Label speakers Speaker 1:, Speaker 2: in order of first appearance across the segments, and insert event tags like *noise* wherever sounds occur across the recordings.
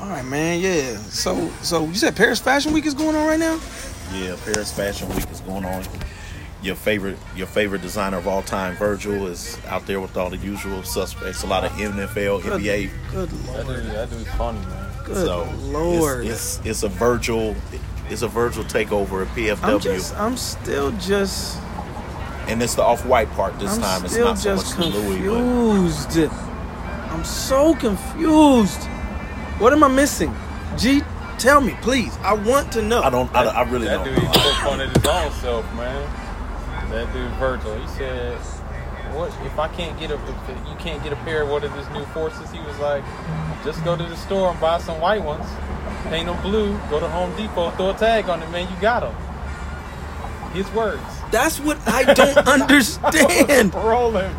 Speaker 1: All right, man. Yeah. So, so you said Paris Fashion Week is going on right now?
Speaker 2: Yeah, Paris Fashion Week is going on. Your favorite, your favorite designer of all time, Virgil, is out there with all the usual suspects. A lot of NFL,
Speaker 1: Good,
Speaker 2: NBA.
Speaker 1: good lord.
Speaker 3: That dude, that dude's funny, man.
Speaker 1: Good
Speaker 2: so
Speaker 1: lord.
Speaker 2: It's, it's it's a Virgil, it's a Virgil takeover at PFW,
Speaker 1: I'm just. I'm still just.
Speaker 2: and it's the off-white part this
Speaker 1: I'm
Speaker 2: time. It's
Speaker 1: still
Speaker 2: not so much
Speaker 1: just
Speaker 2: the Louis,
Speaker 1: confused. I'm so confused. What am I missing? G, tell me, please. I want to know.
Speaker 2: but I don't, I, I really
Speaker 3: That
Speaker 2: don't.
Speaker 3: dude,
Speaker 2: know.
Speaker 3: he's so fun at his own self, man. That dude, Virgil, he said, "What if I can't get a if you can't get a pair of one of these new forces?" He was like, "Just go to the store and buy some white ones, paint them blue. Go to Home Depot, throw a tag on it, man. You got them." His words.
Speaker 1: That's what I
Speaker 2: *laughs*
Speaker 1: don't
Speaker 3: *laughs*
Speaker 1: understand.
Speaker 3: Rolling.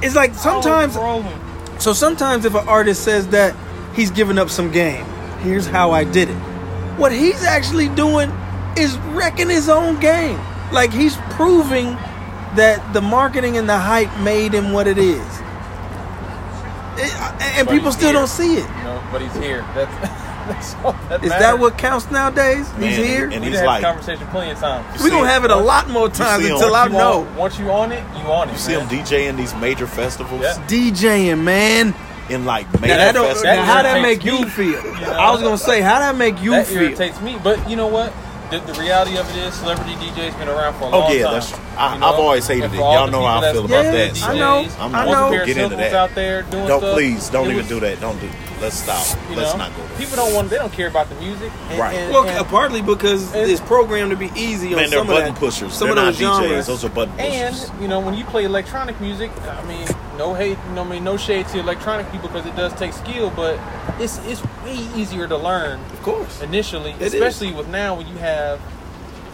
Speaker 1: It's like sometimes.
Speaker 3: Rolling.
Speaker 1: So sometimes if an artist says that he's giving up some game, here's how I did it. What he's actually doing is wrecking his own game. Like he's proving that the marketing and the hype made him what it is. It- and
Speaker 3: But
Speaker 1: people
Speaker 3: he's
Speaker 1: still
Speaker 3: here.
Speaker 1: don't see it.
Speaker 3: You know, but he's here. That's *laughs* that's all that
Speaker 1: Is that
Speaker 3: matters.
Speaker 1: what counts nowadays? he's
Speaker 2: Man,
Speaker 1: here.
Speaker 2: and
Speaker 3: We
Speaker 2: he's
Speaker 3: done had
Speaker 2: like,
Speaker 3: this conversation plenty of times.
Speaker 2: you
Speaker 1: We're
Speaker 2: see
Speaker 1: going to
Speaker 2: him-
Speaker 1: have it a lot more times
Speaker 2: see him
Speaker 1: until I
Speaker 2: once
Speaker 3: You on-
Speaker 1: know.
Speaker 3: Once you on it, you on it.
Speaker 2: You see him
Speaker 3: man.
Speaker 2: DJing these major festivals
Speaker 3: Yeah.
Speaker 1: DJing, man.
Speaker 2: in like
Speaker 1: Now,
Speaker 2: major
Speaker 1: that don't,
Speaker 2: festivals.
Speaker 1: now how that make
Speaker 3: irritates
Speaker 1: you
Speaker 3: me.
Speaker 1: feel?
Speaker 3: know?
Speaker 1: I was going to say, how that make you
Speaker 3: that
Speaker 1: feel?
Speaker 3: irritates me. But you know what? The, the reality of it is, celebrity DJ's been around for a long time.
Speaker 2: Oh, yeah, that's true. I-
Speaker 3: you know?
Speaker 2: I've always hated
Speaker 3: And
Speaker 2: it.
Speaker 3: for all
Speaker 2: Y'all
Speaker 3: the
Speaker 2: know how I
Speaker 3: people
Speaker 2: feel
Speaker 3: that's
Speaker 2: about
Speaker 3: big
Speaker 2: that,
Speaker 1: so
Speaker 3: DJs,
Speaker 1: I'm
Speaker 3: all
Speaker 1: not gonna
Speaker 3: the pair of
Speaker 2: get into
Speaker 3: syllables
Speaker 2: that.
Speaker 3: Out there doing
Speaker 2: Don't
Speaker 3: stuff.
Speaker 2: please, don't
Speaker 3: It
Speaker 2: even
Speaker 3: was-
Speaker 2: do that. Don't do. Let's stop.
Speaker 3: you
Speaker 2: Let's
Speaker 3: know,
Speaker 2: not go there.
Speaker 3: People don't want. They don't care about the music. And,
Speaker 2: Right.
Speaker 3: and-
Speaker 1: Well,
Speaker 3: and-
Speaker 1: partly because
Speaker 3: and-
Speaker 1: it's programmed to be easy on
Speaker 2: Man, they're
Speaker 1: some
Speaker 2: button
Speaker 1: of that,
Speaker 2: pushers.
Speaker 1: Some
Speaker 2: they're
Speaker 1: of
Speaker 2: not
Speaker 1: those genres.
Speaker 2: DJs. Those are button pushers.
Speaker 3: And you know, when you play electronic music, I mean, no hate, no I mean, no shade to electronic people because it does take skill, but it's it's way easier to learn
Speaker 1: of course.
Speaker 3: initially,
Speaker 1: It is.
Speaker 3: especially with now when you have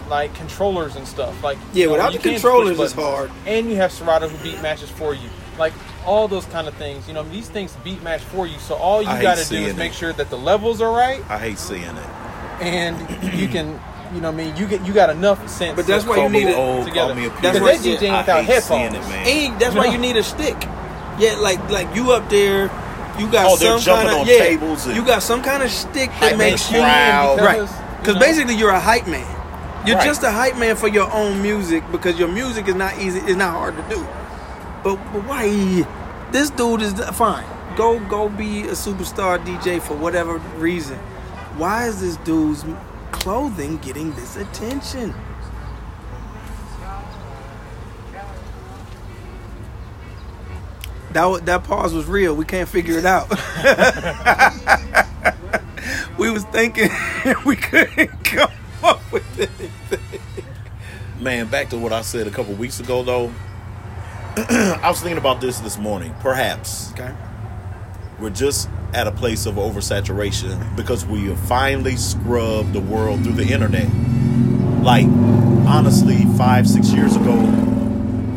Speaker 3: like controllers and stuff. Like
Speaker 1: Yeah,
Speaker 3: you know,
Speaker 1: without
Speaker 3: you
Speaker 1: the
Speaker 3: can't push
Speaker 1: controllers, it's
Speaker 3: buttons.
Speaker 1: hard.
Speaker 3: And you have Serato who beat matches for you. Like all those kind of things. You know, these things beat match for you. So all you
Speaker 2: I hate
Speaker 3: got to do
Speaker 2: seeing
Speaker 3: is
Speaker 2: it.
Speaker 3: make sure that the levels are right,
Speaker 2: I hate seeing it.
Speaker 3: and you can. You know, what I mean, you get you got enough sense.
Speaker 1: But that's
Speaker 3: to
Speaker 1: why you
Speaker 3: call
Speaker 1: need
Speaker 3: it
Speaker 1: it.
Speaker 2: Old,
Speaker 3: together.
Speaker 2: call me a
Speaker 3: Because
Speaker 1: purist.
Speaker 3: they DJing
Speaker 2: I
Speaker 3: without
Speaker 2: hate seeing
Speaker 3: headphones.
Speaker 2: it, man.
Speaker 1: And that's why you need a stick. Yeah, like like you up there, you got
Speaker 2: Oh, they're
Speaker 1: some kind
Speaker 2: jumping
Speaker 1: of
Speaker 2: on
Speaker 1: yeah,
Speaker 2: tables and-
Speaker 1: you got some kind of stick that
Speaker 2: Hype man
Speaker 1: makes you
Speaker 2: crowd.
Speaker 1: right.
Speaker 3: Because,
Speaker 1: Because
Speaker 3: you know-
Speaker 1: basically you're a hype man. You're
Speaker 2: Right.
Speaker 1: just a hype man for your own music because your music is not easy. It's not hard to do. But, but why? This dude is fine. Go go be a superstar DJ for whatever reason. Why is this dude's clothing getting this attention? That wa- that pause was real. We can't figure it out. *laughs* we was thinking *laughs* we couldn't *laughs* come up with it.
Speaker 2: Man, back to what I said a couple weeks ago, though. *clears throat* I was thinking about this this morning. Perhaps
Speaker 1: Okay.
Speaker 2: we're just at a place of oversaturation because we have finally scrubbed the world through the internet. Like, honestly, five, six years ago,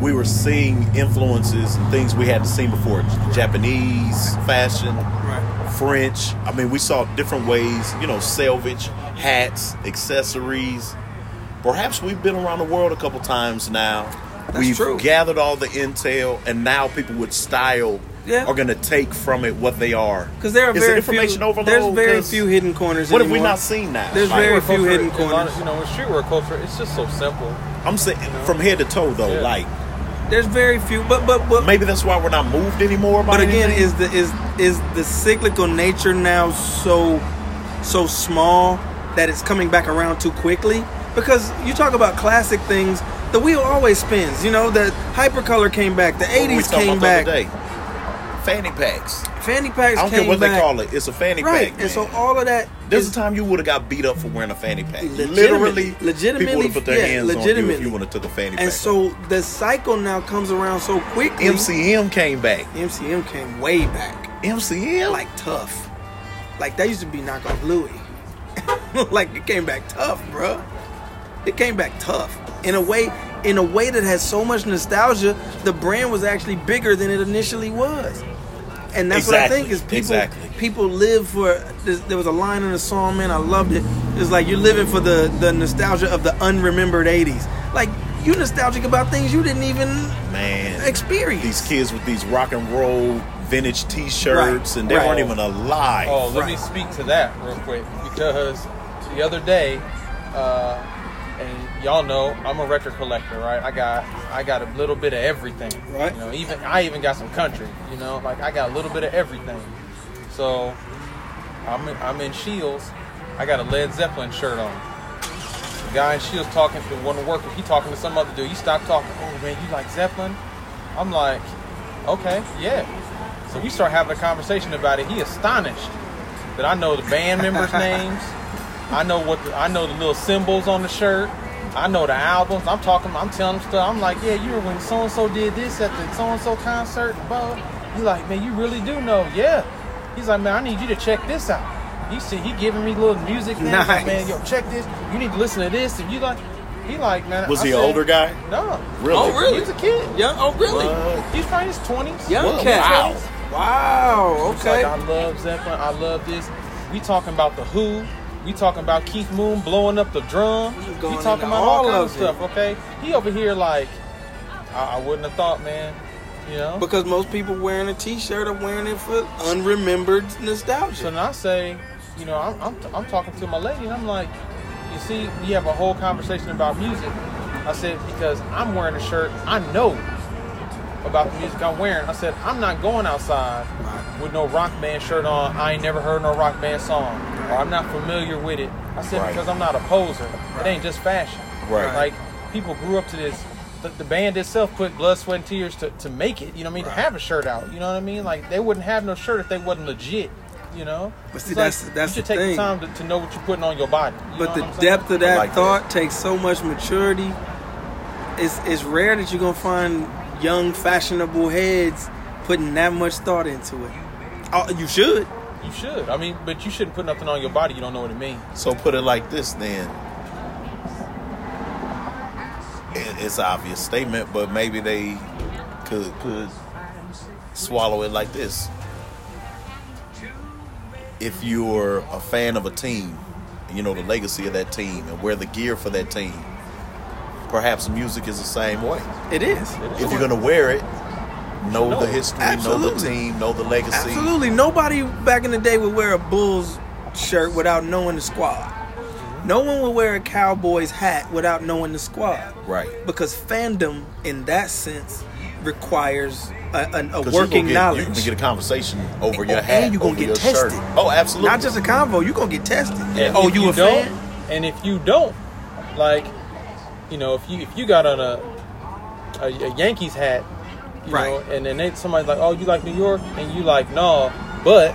Speaker 2: we were seeing influences and things we hadn't seen before Japanese fashion,
Speaker 1: Right.
Speaker 2: French. I mean, we saw different ways, you know, salvage, hats, accessories. Perhaps we've been around the world a couple times now. we've
Speaker 1: true.
Speaker 2: gathered all the intel, and now people with style
Speaker 1: Yeah.
Speaker 2: are going to take from it what they are.
Speaker 1: Because there are
Speaker 2: It's an
Speaker 1: very
Speaker 2: information
Speaker 1: few,
Speaker 2: overload,
Speaker 1: There's very
Speaker 2: 'cause
Speaker 1: few hidden corners.
Speaker 2: What have
Speaker 1: anymore.
Speaker 2: we not seen now?
Speaker 1: There's
Speaker 2: Like,
Speaker 1: very-
Speaker 3: Streetwear
Speaker 1: few
Speaker 3: culture,
Speaker 1: hidden
Speaker 3: a lot of-
Speaker 1: corners.
Speaker 3: You know, with streetwear culture, it's just so simple.
Speaker 2: I'm saying from head to toe though.
Speaker 3: Yeah.
Speaker 2: Like
Speaker 1: There's very few. But but but
Speaker 2: maybe that's why we're not moved anymore. By
Speaker 1: but again,
Speaker 2: anything.
Speaker 1: is the is is the cyclical nature now so so small that it's coming back around too quickly? Because you talk about classic things, the wheel always spins. You know, the hypercolor came back, the
Speaker 2: What were we
Speaker 1: '80s
Speaker 2: talking
Speaker 1: came
Speaker 2: about
Speaker 1: back,
Speaker 2: the other day? Fanny packs.
Speaker 1: fanny packs.
Speaker 2: I don't
Speaker 1: came
Speaker 2: care what
Speaker 1: back.
Speaker 2: they call it. It's a fanny
Speaker 1: Right,
Speaker 2: pack. man.
Speaker 1: and so all of that
Speaker 2: There's
Speaker 1: is-
Speaker 2: a time you would have got beat up for wearing a fanny pack.
Speaker 1: Legitimately-
Speaker 2: Literally,
Speaker 1: legitimately,
Speaker 2: people would have put their
Speaker 1: yeah,
Speaker 2: hands on you if
Speaker 1: legitimately.
Speaker 2: you would have took a fanny pack.
Speaker 1: and so the cycle now comes around so quickly.
Speaker 2: MCM came back.
Speaker 1: MCM came way back.
Speaker 2: MCM, like
Speaker 1: like tough. Like that used to be knockoff Louis. *laughs* like it came back tough, bruh. It came back tough in a way, in a way that has so much nostalgia. The brand was actually bigger than it initially was, and that's what I
Speaker 2: Exactly,
Speaker 1: think is people.
Speaker 2: exactly.
Speaker 1: People live for. There's, there was a line in the song, man. I loved it. It's like you're living for the the nostalgia of the unremembered '80s. Like you nostalgic about things you didn't even
Speaker 2: man.
Speaker 1: experience.
Speaker 2: These kids with these rock and roll vintage T-shirts,
Speaker 1: Right,
Speaker 2: and they
Speaker 1: right.
Speaker 2: weren't even alive.
Speaker 3: Oh, let me
Speaker 1: Right.
Speaker 3: speak to that real quick because the other day, uh, and y'all know I'm a record collector, right? I got I got a little bit of everything,
Speaker 1: Right.
Speaker 3: You know, even I even got some country, you know, like I got a little bit of everything. So I'm in, I'm in Shields. I got a Led Zeppelin shirt on. The guy in Shields talking to one worker. He talking to some other dude. You stop talking. Oh man, you like Zeppelin? I'm like, okay, yeah. So we start having a conversation about it. He astonished that I know the band members' names. I know what the, I know the little symbols on the shirt. I know the albums. I'm talking. I'm telling him stuff. I'm like, yeah, you were when so and so did this at the so and so concert. Bro, he's like, man, you really do know. Yeah. He's like, man, I need you to check this out. You see, he giving me little music. Things. Nice.
Speaker 1: Nice.
Speaker 3: man, yo, check this. You need to listen to this. And you like, he like, man.
Speaker 2: Was
Speaker 3: I
Speaker 2: he an
Speaker 3: said,
Speaker 2: older guy?
Speaker 3: No.
Speaker 2: Really?
Speaker 1: Oh, really?
Speaker 3: He's a kid. Uh,
Speaker 1: Yeah. Oh, really?
Speaker 2: What?
Speaker 3: He's probably in his twenties.
Speaker 1: Young
Speaker 2: Whoa,
Speaker 1: cat.
Speaker 2: wow.
Speaker 1: Wow.
Speaker 3: It's
Speaker 1: Okay.
Speaker 3: Like I love Zeppelin. I love this. We talking about the Who. We talking about Keith Moon blowing up the drum.
Speaker 1: We
Speaker 3: We
Speaker 1: going into
Speaker 3: talking about all,
Speaker 1: all
Speaker 3: kinds
Speaker 1: of
Speaker 3: of stuff. Okay, he over here like I, I wouldn't have thought, man. You know.
Speaker 1: because most people wearing a T-shirt are wearing it for unremembered nostalgia.
Speaker 3: So then I say, you know, I'm, I'm, I'm talking to my lady, and I'm like, you see, we have a whole conversation about music. I said, because I'm wearing a shirt, I know about the music I'm wearing. I said, I'm not going outside
Speaker 1: Right.
Speaker 3: with no rock band shirt on. I ain't never heard no rock band song, or I'm not familiar with it. I said,
Speaker 2: Right.
Speaker 3: because I'm not a poser. It ain't just fashion.
Speaker 2: Right.
Speaker 3: Like, people grew up to this. The, the band itself put blood, sweat, and tears to, to make it, you know what I mean? To have a shirt out, you know what I mean? Like, they wouldn't have no shirt if they wasn't legit, you know?
Speaker 1: But see,
Speaker 3: It's
Speaker 1: that's- that's
Speaker 3: you should
Speaker 1: the
Speaker 3: take
Speaker 1: thing.
Speaker 3: the time to, to know what you're putting on your body. you know
Speaker 1: But the
Speaker 3: what I'm saying?
Speaker 1: depth of that
Speaker 2: like that.
Speaker 1: thought takes so much maturity. It's it's rare that you're gonna find young, fashionable heads putting that much thought into it. Oh, you should.
Speaker 3: You should. I mean, but you shouldn't put nothing on your body you don't know what it means.
Speaker 2: So put it like this then. It- It's an obvious statement, but maybe they could could swallow it like this. If you're a fan of a team, and you know the legacy of that team and wear the gear for that team, perhaps music is the same way.
Speaker 1: It is.
Speaker 2: If you're gonna wear it, know
Speaker 3: No,
Speaker 2: the history, know the
Speaker 1: absolutely.
Speaker 2: team, know the legacy.
Speaker 1: Absolutely. Nobody back in the day would wear a Bulls shirt without knowing the squad. No one would wear a Cowboys hat without knowing the squad.
Speaker 2: Right.
Speaker 1: Because fandom, in that sense, requires a, an- a
Speaker 2: 'Cause you
Speaker 1: working
Speaker 2: gonna get,
Speaker 1: knowledge.
Speaker 2: You gonna get a conversation over your
Speaker 1: And
Speaker 2: hat,
Speaker 1: you gonna
Speaker 2: over
Speaker 1: get
Speaker 2: your
Speaker 1: tested.
Speaker 2: shirt. Oh, absolutely.
Speaker 1: Not just a convo. You're gonna get tested.
Speaker 3: And
Speaker 1: Oh,
Speaker 3: if
Speaker 1: you, a
Speaker 3: don't,
Speaker 1: fan?
Speaker 3: And if you don't, like, you know, if you if you got on a a, a Yankees hat, you
Speaker 1: Right.
Speaker 3: know, and then they, somebody's like, "Oh, you like New York?" and you like, "No," but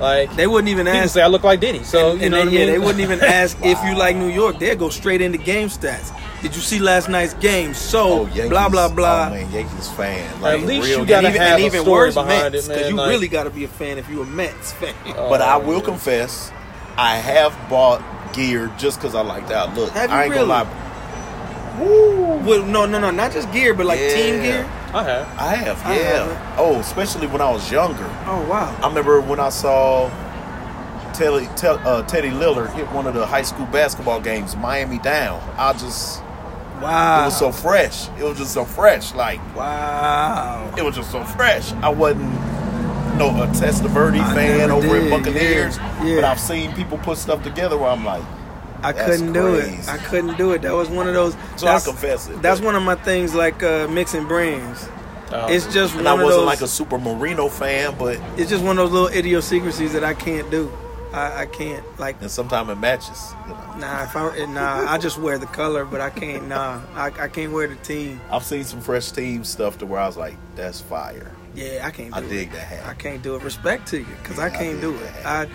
Speaker 3: like
Speaker 1: They wouldn't even
Speaker 3: people
Speaker 1: ask.
Speaker 3: say, "I look like Diddy," so
Speaker 1: and
Speaker 3: you know
Speaker 1: they,
Speaker 3: what I mean?
Speaker 1: yeah, they wouldn't
Speaker 3: *laughs*
Speaker 1: even ask if you like New York. They'd go straight into game stats. Did you see last night's game? So
Speaker 2: oh, Yankees,
Speaker 1: blah blah blah.
Speaker 2: Oh, man, Yankees fan. Like,
Speaker 3: At least
Speaker 2: real
Speaker 3: you gotta
Speaker 2: Yankees.
Speaker 3: have a story behind
Speaker 1: Mets,
Speaker 3: it, man,
Speaker 1: you
Speaker 3: like-
Speaker 1: really got to be a fan if you're a Mets *laughs* fan.
Speaker 2: But I will
Speaker 3: yeah.
Speaker 2: confess, I have bought gear just because I like that look.
Speaker 1: Have you
Speaker 2: I ain't
Speaker 1: really?
Speaker 2: gonna lie,
Speaker 1: Well, no, no, no, not just gear, but like team
Speaker 2: Yeah.
Speaker 1: gear.
Speaker 3: I have.
Speaker 2: I have.
Speaker 1: I
Speaker 2: yeah.
Speaker 1: haven't.
Speaker 2: Oh, especially when I was younger.
Speaker 1: Oh wow,
Speaker 2: I remember when I saw Teddy, Ted, uh, Teddy Lillard hit one of the high school basketball games, Miami down. I just it
Speaker 1: wow,
Speaker 2: was so fresh. It was just so fresh. Like
Speaker 1: wow.
Speaker 2: it was just so fresh. I wasn't no a Testaverde
Speaker 1: I
Speaker 2: fan
Speaker 1: never
Speaker 2: over
Speaker 1: did,
Speaker 2: at Buccaneers,
Speaker 1: yeah, yeah.
Speaker 2: but I've seen people put stuff together where I'm like,
Speaker 1: I
Speaker 2: That's
Speaker 1: couldn't do it.
Speaker 2: crazy.
Speaker 1: I couldn't do it. That was one of those.
Speaker 2: So I
Speaker 1: that's-
Speaker 2: confess it,
Speaker 1: That's
Speaker 2: but-
Speaker 1: one of my things, like uh, mixing brands.
Speaker 3: Oh.
Speaker 1: It's just
Speaker 2: and
Speaker 1: one
Speaker 2: I
Speaker 1: of
Speaker 2: wasn't
Speaker 1: those.
Speaker 2: like a super Marino fan, but
Speaker 1: it's just one of those little idiosyncrasies that I can't do. I, I can't like.
Speaker 2: and sometimes it matches. You know,
Speaker 1: Nah, if I nah, I just wear the color, but I can't. Nah, I, I can't wear the team.
Speaker 2: I've seen some fresh team stuff to where I was like, that's fire.
Speaker 1: Yeah, I can't. Do
Speaker 2: I
Speaker 1: it.
Speaker 2: dig that hat.
Speaker 1: I can't do it. Respect to you, cause I
Speaker 2: Yeah, I
Speaker 1: can't
Speaker 2: dig
Speaker 1: do it. I,
Speaker 2: that.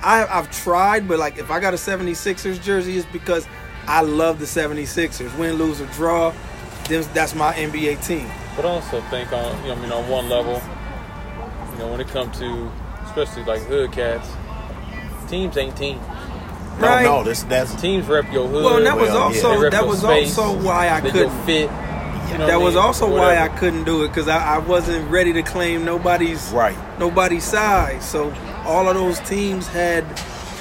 Speaker 1: I, I, I've tried, but like if I got a 76ers jersey, it's because I love the 76ers. Win, lose, or draw, them- that's my NBA team.
Speaker 3: But I also think on you know, I mean on one level, you know, when it comes to especially like hood cats, teams ain't teams.
Speaker 1: Right.
Speaker 2: No, no, this that's
Speaker 3: Teams rep your hood.
Speaker 1: Well, and that was
Speaker 2: Well, yeah.
Speaker 1: also
Speaker 3: They rep
Speaker 1: that
Speaker 3: your
Speaker 1: was
Speaker 3: space,
Speaker 1: also why I
Speaker 3: they
Speaker 1: couldn't.
Speaker 3: your fit. You know what I
Speaker 1: that was
Speaker 3: mean?
Speaker 1: also why I
Speaker 3: Whatever.
Speaker 1: couldn't do it because I, I wasn't ready to claim nobody's
Speaker 2: Right.
Speaker 1: nobody's size. So all of those teams had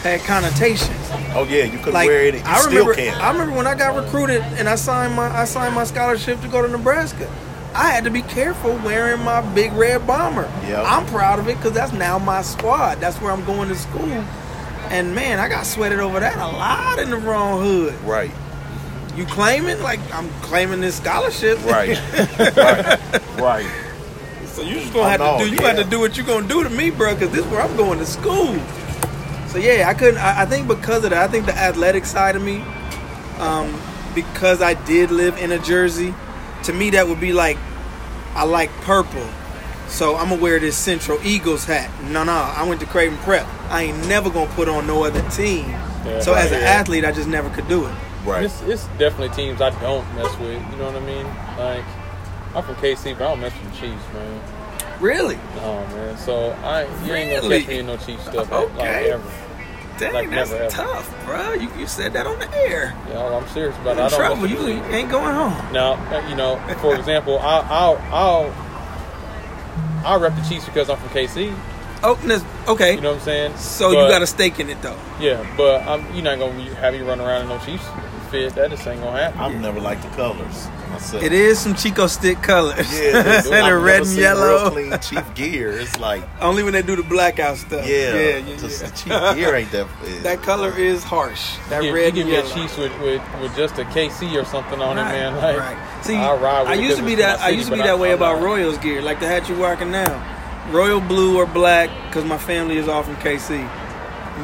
Speaker 1: had connotations.
Speaker 2: Oh yeah, you could
Speaker 1: Like
Speaker 2: wear it. You
Speaker 1: I
Speaker 2: still
Speaker 1: remember,
Speaker 2: can.
Speaker 1: I remember when I got recruited and I signed my I signed my scholarship to go to Nebraska. I had to be careful wearing my big red bomber.
Speaker 2: Yep.
Speaker 1: I'm proud of it because that's now my squad. That's where I'm going to school. And man, I got sweated over that a lot in the wrong hood.
Speaker 2: right,
Speaker 1: You claiming like I'm claiming this scholarship, *laughs*
Speaker 2: right.
Speaker 3: Right.
Speaker 1: So you just gonna
Speaker 2: Oh,
Speaker 1: have
Speaker 2: no,
Speaker 1: to do. You
Speaker 2: yeah.
Speaker 1: have to do what you gonna do to me, bro. Because this is where I'm going to school. So yeah, I couldn't. I, I think because of that, I think the athletic side of me, um, because I did live in a jersey, to me that would be like, I like purple, so I'm gonna wear this Central Eagles hat. No, no, I went to Creighton Prep. I ain't never gonna put on no other team.
Speaker 3: Yeah,
Speaker 1: so as an
Speaker 2: yeah.
Speaker 1: athlete, I just never could do it.
Speaker 2: Right.
Speaker 3: It's, it's definitely teams I don't mess with. You know what I mean? Like, I'm from KC, but I don't mess with the Chiefs, man.
Speaker 1: Really?
Speaker 3: Oh man, so I you ain't gonna
Speaker 1: Really?
Speaker 3: catch me in no Chiefs stuff like
Speaker 1: Okay.
Speaker 3: ever.
Speaker 1: Dang,
Speaker 3: Like,
Speaker 1: that's
Speaker 3: never, ever.
Speaker 1: tough, bro. You, you said that on the air.
Speaker 3: You know, I'm serious about it.
Speaker 1: In
Speaker 3: I don't mess
Speaker 1: trouble.
Speaker 3: with
Speaker 1: You,
Speaker 3: the
Speaker 1: you
Speaker 3: Chiefs.
Speaker 1: ain't going home.
Speaker 3: Now, uh, you know, for example, I, I'll I'll I'll rep the Chiefs because I'm from KC.
Speaker 1: Oh, that's, okay.
Speaker 3: You know what I'm saying?
Speaker 1: so
Speaker 3: But-
Speaker 1: you got a stake in it, though.
Speaker 3: yeah, but I'm you're not gonna have me run around in no Chiefs fit. That just ain't gonna happen.
Speaker 2: I've never liked the colors myself.
Speaker 1: It is some Chico stick colors. *laughs*
Speaker 2: Yeah, they do.
Speaker 1: Instead
Speaker 2: I've
Speaker 1: of red
Speaker 2: never
Speaker 1: and
Speaker 2: seen Real
Speaker 1: yellow.
Speaker 2: clean chief gear. It's like
Speaker 1: Only when they do the blackout stuff.
Speaker 2: yeah,
Speaker 1: yeah, yeah.
Speaker 2: just the chief
Speaker 1: yeah.
Speaker 2: gear ain't that.
Speaker 1: *laughs* that color is harsh. That
Speaker 3: Yeah,
Speaker 1: red
Speaker 3: you
Speaker 1: and
Speaker 3: give me
Speaker 1: yellow.
Speaker 3: a Chiefs with, with, with just a KC or something on
Speaker 1: Right,
Speaker 3: it, man. Like,
Speaker 1: right. See,
Speaker 3: I'll ride with
Speaker 1: I
Speaker 3: it 'cause
Speaker 1: used to be
Speaker 3: it's my
Speaker 1: that. I
Speaker 3: city,
Speaker 1: used to be
Speaker 3: but
Speaker 1: that
Speaker 3: I'm-
Speaker 1: way
Speaker 3: I'm
Speaker 1: about
Speaker 3: not-
Speaker 1: Royals gear, like the hat you rocking now. Royal blue or black, because my family is all from KC.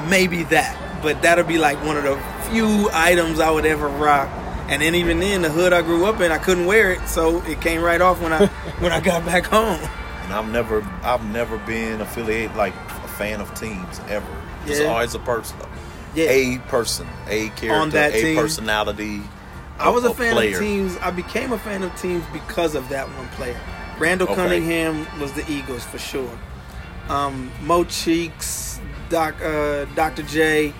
Speaker 1: Maybe that, but that'll be like one of the few items I would ever rock. And then even then, the hood I grew up in, I couldn't wear it, so it came right off when I *laughs* when I got back home.
Speaker 2: And I've never, I've never been affiliated like a fan of teams ever. It's
Speaker 1: Yeah.
Speaker 2: always a person,
Speaker 1: Yeah.
Speaker 2: a person, a character,
Speaker 1: that
Speaker 2: a
Speaker 1: team.
Speaker 2: personality.
Speaker 1: I was a fan
Speaker 2: player.
Speaker 1: of teams. I became a fan of teams because of that one player. Randall
Speaker 2: Okay.
Speaker 1: Cunningham was the Eagles for sure. Um, Mo Cheeks, Doc, uh, Dr. J,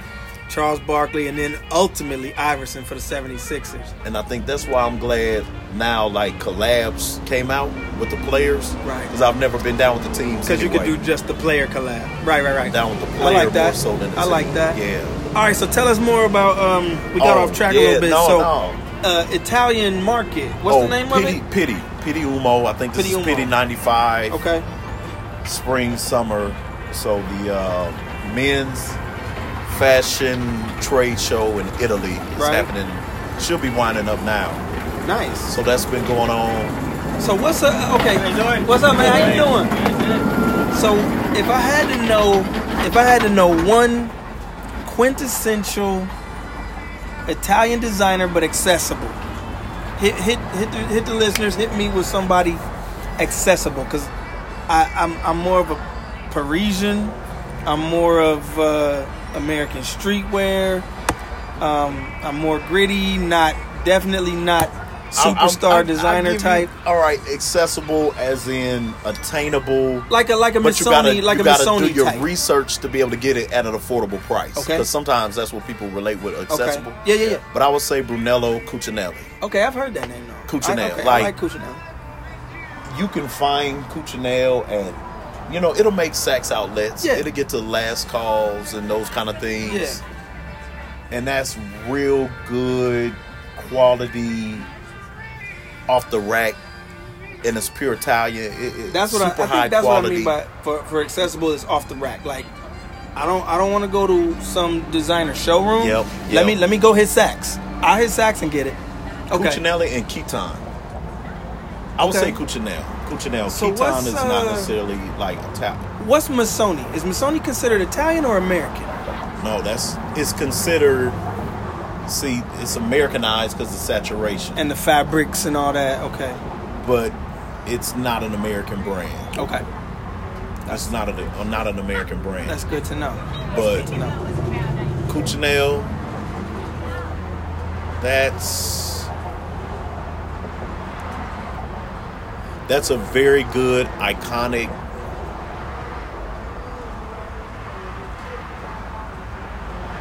Speaker 1: Charles Barkley, and then ultimately Iverson for the 76ers.
Speaker 2: and I think that's why I'm glad now. Like collabs came out with the players,
Speaker 1: Right.
Speaker 2: Because I've never been down with the teams.
Speaker 1: Because you could do
Speaker 2: anyway.
Speaker 1: just the player collab. Right, right, right.
Speaker 2: down with the player
Speaker 1: I like
Speaker 2: more
Speaker 1: that.
Speaker 2: so than the
Speaker 1: I like
Speaker 2: team.
Speaker 1: that.
Speaker 2: Yeah,
Speaker 1: All right, so tell us more about. Um, we got
Speaker 2: Oh,
Speaker 1: off track
Speaker 2: yeah,
Speaker 1: a little bit.
Speaker 2: no,
Speaker 1: so,
Speaker 2: no.
Speaker 1: Uh, Italian market. What's
Speaker 2: Oh,
Speaker 1: the name
Speaker 2: Pity,
Speaker 1: of
Speaker 2: Pity, Pity Umo. I think this
Speaker 1: Pity
Speaker 2: is
Speaker 1: Umo.
Speaker 2: Pity '95.
Speaker 1: it? Okay.
Speaker 2: spring summer so the uh, men's fashion trade show in italy is
Speaker 1: Right.
Speaker 2: happening she'll be winding up now
Speaker 1: Nice.
Speaker 2: so that's been going on
Speaker 1: So what's up? Okay, what's up, man? How you doing? So if I had to know, if I had to know one quintessential Italian designer but accessible, hit hit hit the, hit the listeners. Hit me with somebody accessible because I'm I'm more of a Parisian. I'm more of uh, American streetwear. Um, I'm more gritty, not definitely not
Speaker 2: I'll- I'll-
Speaker 1: superstar
Speaker 2: I'll- I'll
Speaker 1: designer
Speaker 2: give you-
Speaker 1: type
Speaker 2: all right accessible as in attainable
Speaker 1: like a like a
Speaker 2: but
Speaker 1: Missoni,
Speaker 2: you gotta,
Speaker 1: like
Speaker 2: you
Speaker 1: a
Speaker 2: gotta
Speaker 1: Missoni
Speaker 2: do your
Speaker 1: type.
Speaker 2: research to be able to get it at an affordable price.
Speaker 1: Okay.
Speaker 2: Because sometimes that's what people relate with accessible.
Speaker 1: Yeah, yeah, yeah.
Speaker 2: But I would say Brunello Cucinelli.
Speaker 1: okay, I've heard that name though.
Speaker 2: Cucinelli,
Speaker 1: I, okay,
Speaker 2: like-
Speaker 1: I like Cucinelli.
Speaker 2: you can find Cuchinelle and you know it'll make Saks outlets.
Speaker 1: Yeah.
Speaker 2: It'll get to last calls and those kind of things.
Speaker 1: Yeah.
Speaker 2: And that's real good quality off the rack and it's pure Italian. It, it-
Speaker 1: That's what I, I
Speaker 2: super high
Speaker 1: think. That's what I
Speaker 2: quality.
Speaker 1: mean by for, for accessible is off the rack. Like I don't I don't want to go to some designer showroom.
Speaker 2: Yep, yep.
Speaker 1: Let me let me go hit Saks. I hit Saks and get it. Okay.
Speaker 2: Cuccinelli and Keaton. I would
Speaker 1: Okay.
Speaker 2: say Cuccinelle. Cuccinelle.
Speaker 1: So
Speaker 2: Keaton
Speaker 1: what's,
Speaker 2: is not
Speaker 1: uh,
Speaker 2: necessarily like Italian.
Speaker 1: What's Missoni? Is Missoni considered Italian or American?
Speaker 2: No, that's it's considered. See, it's Americanized because of saturation.
Speaker 1: And the fabrics and all that. Okay.
Speaker 2: but it's not an American brand.
Speaker 1: Okay.
Speaker 2: That's not a uh, not an American brand.
Speaker 1: That's good to know. That's
Speaker 2: But-
Speaker 1: good to know.
Speaker 2: Cuccinelle. That's that's a very good iconic.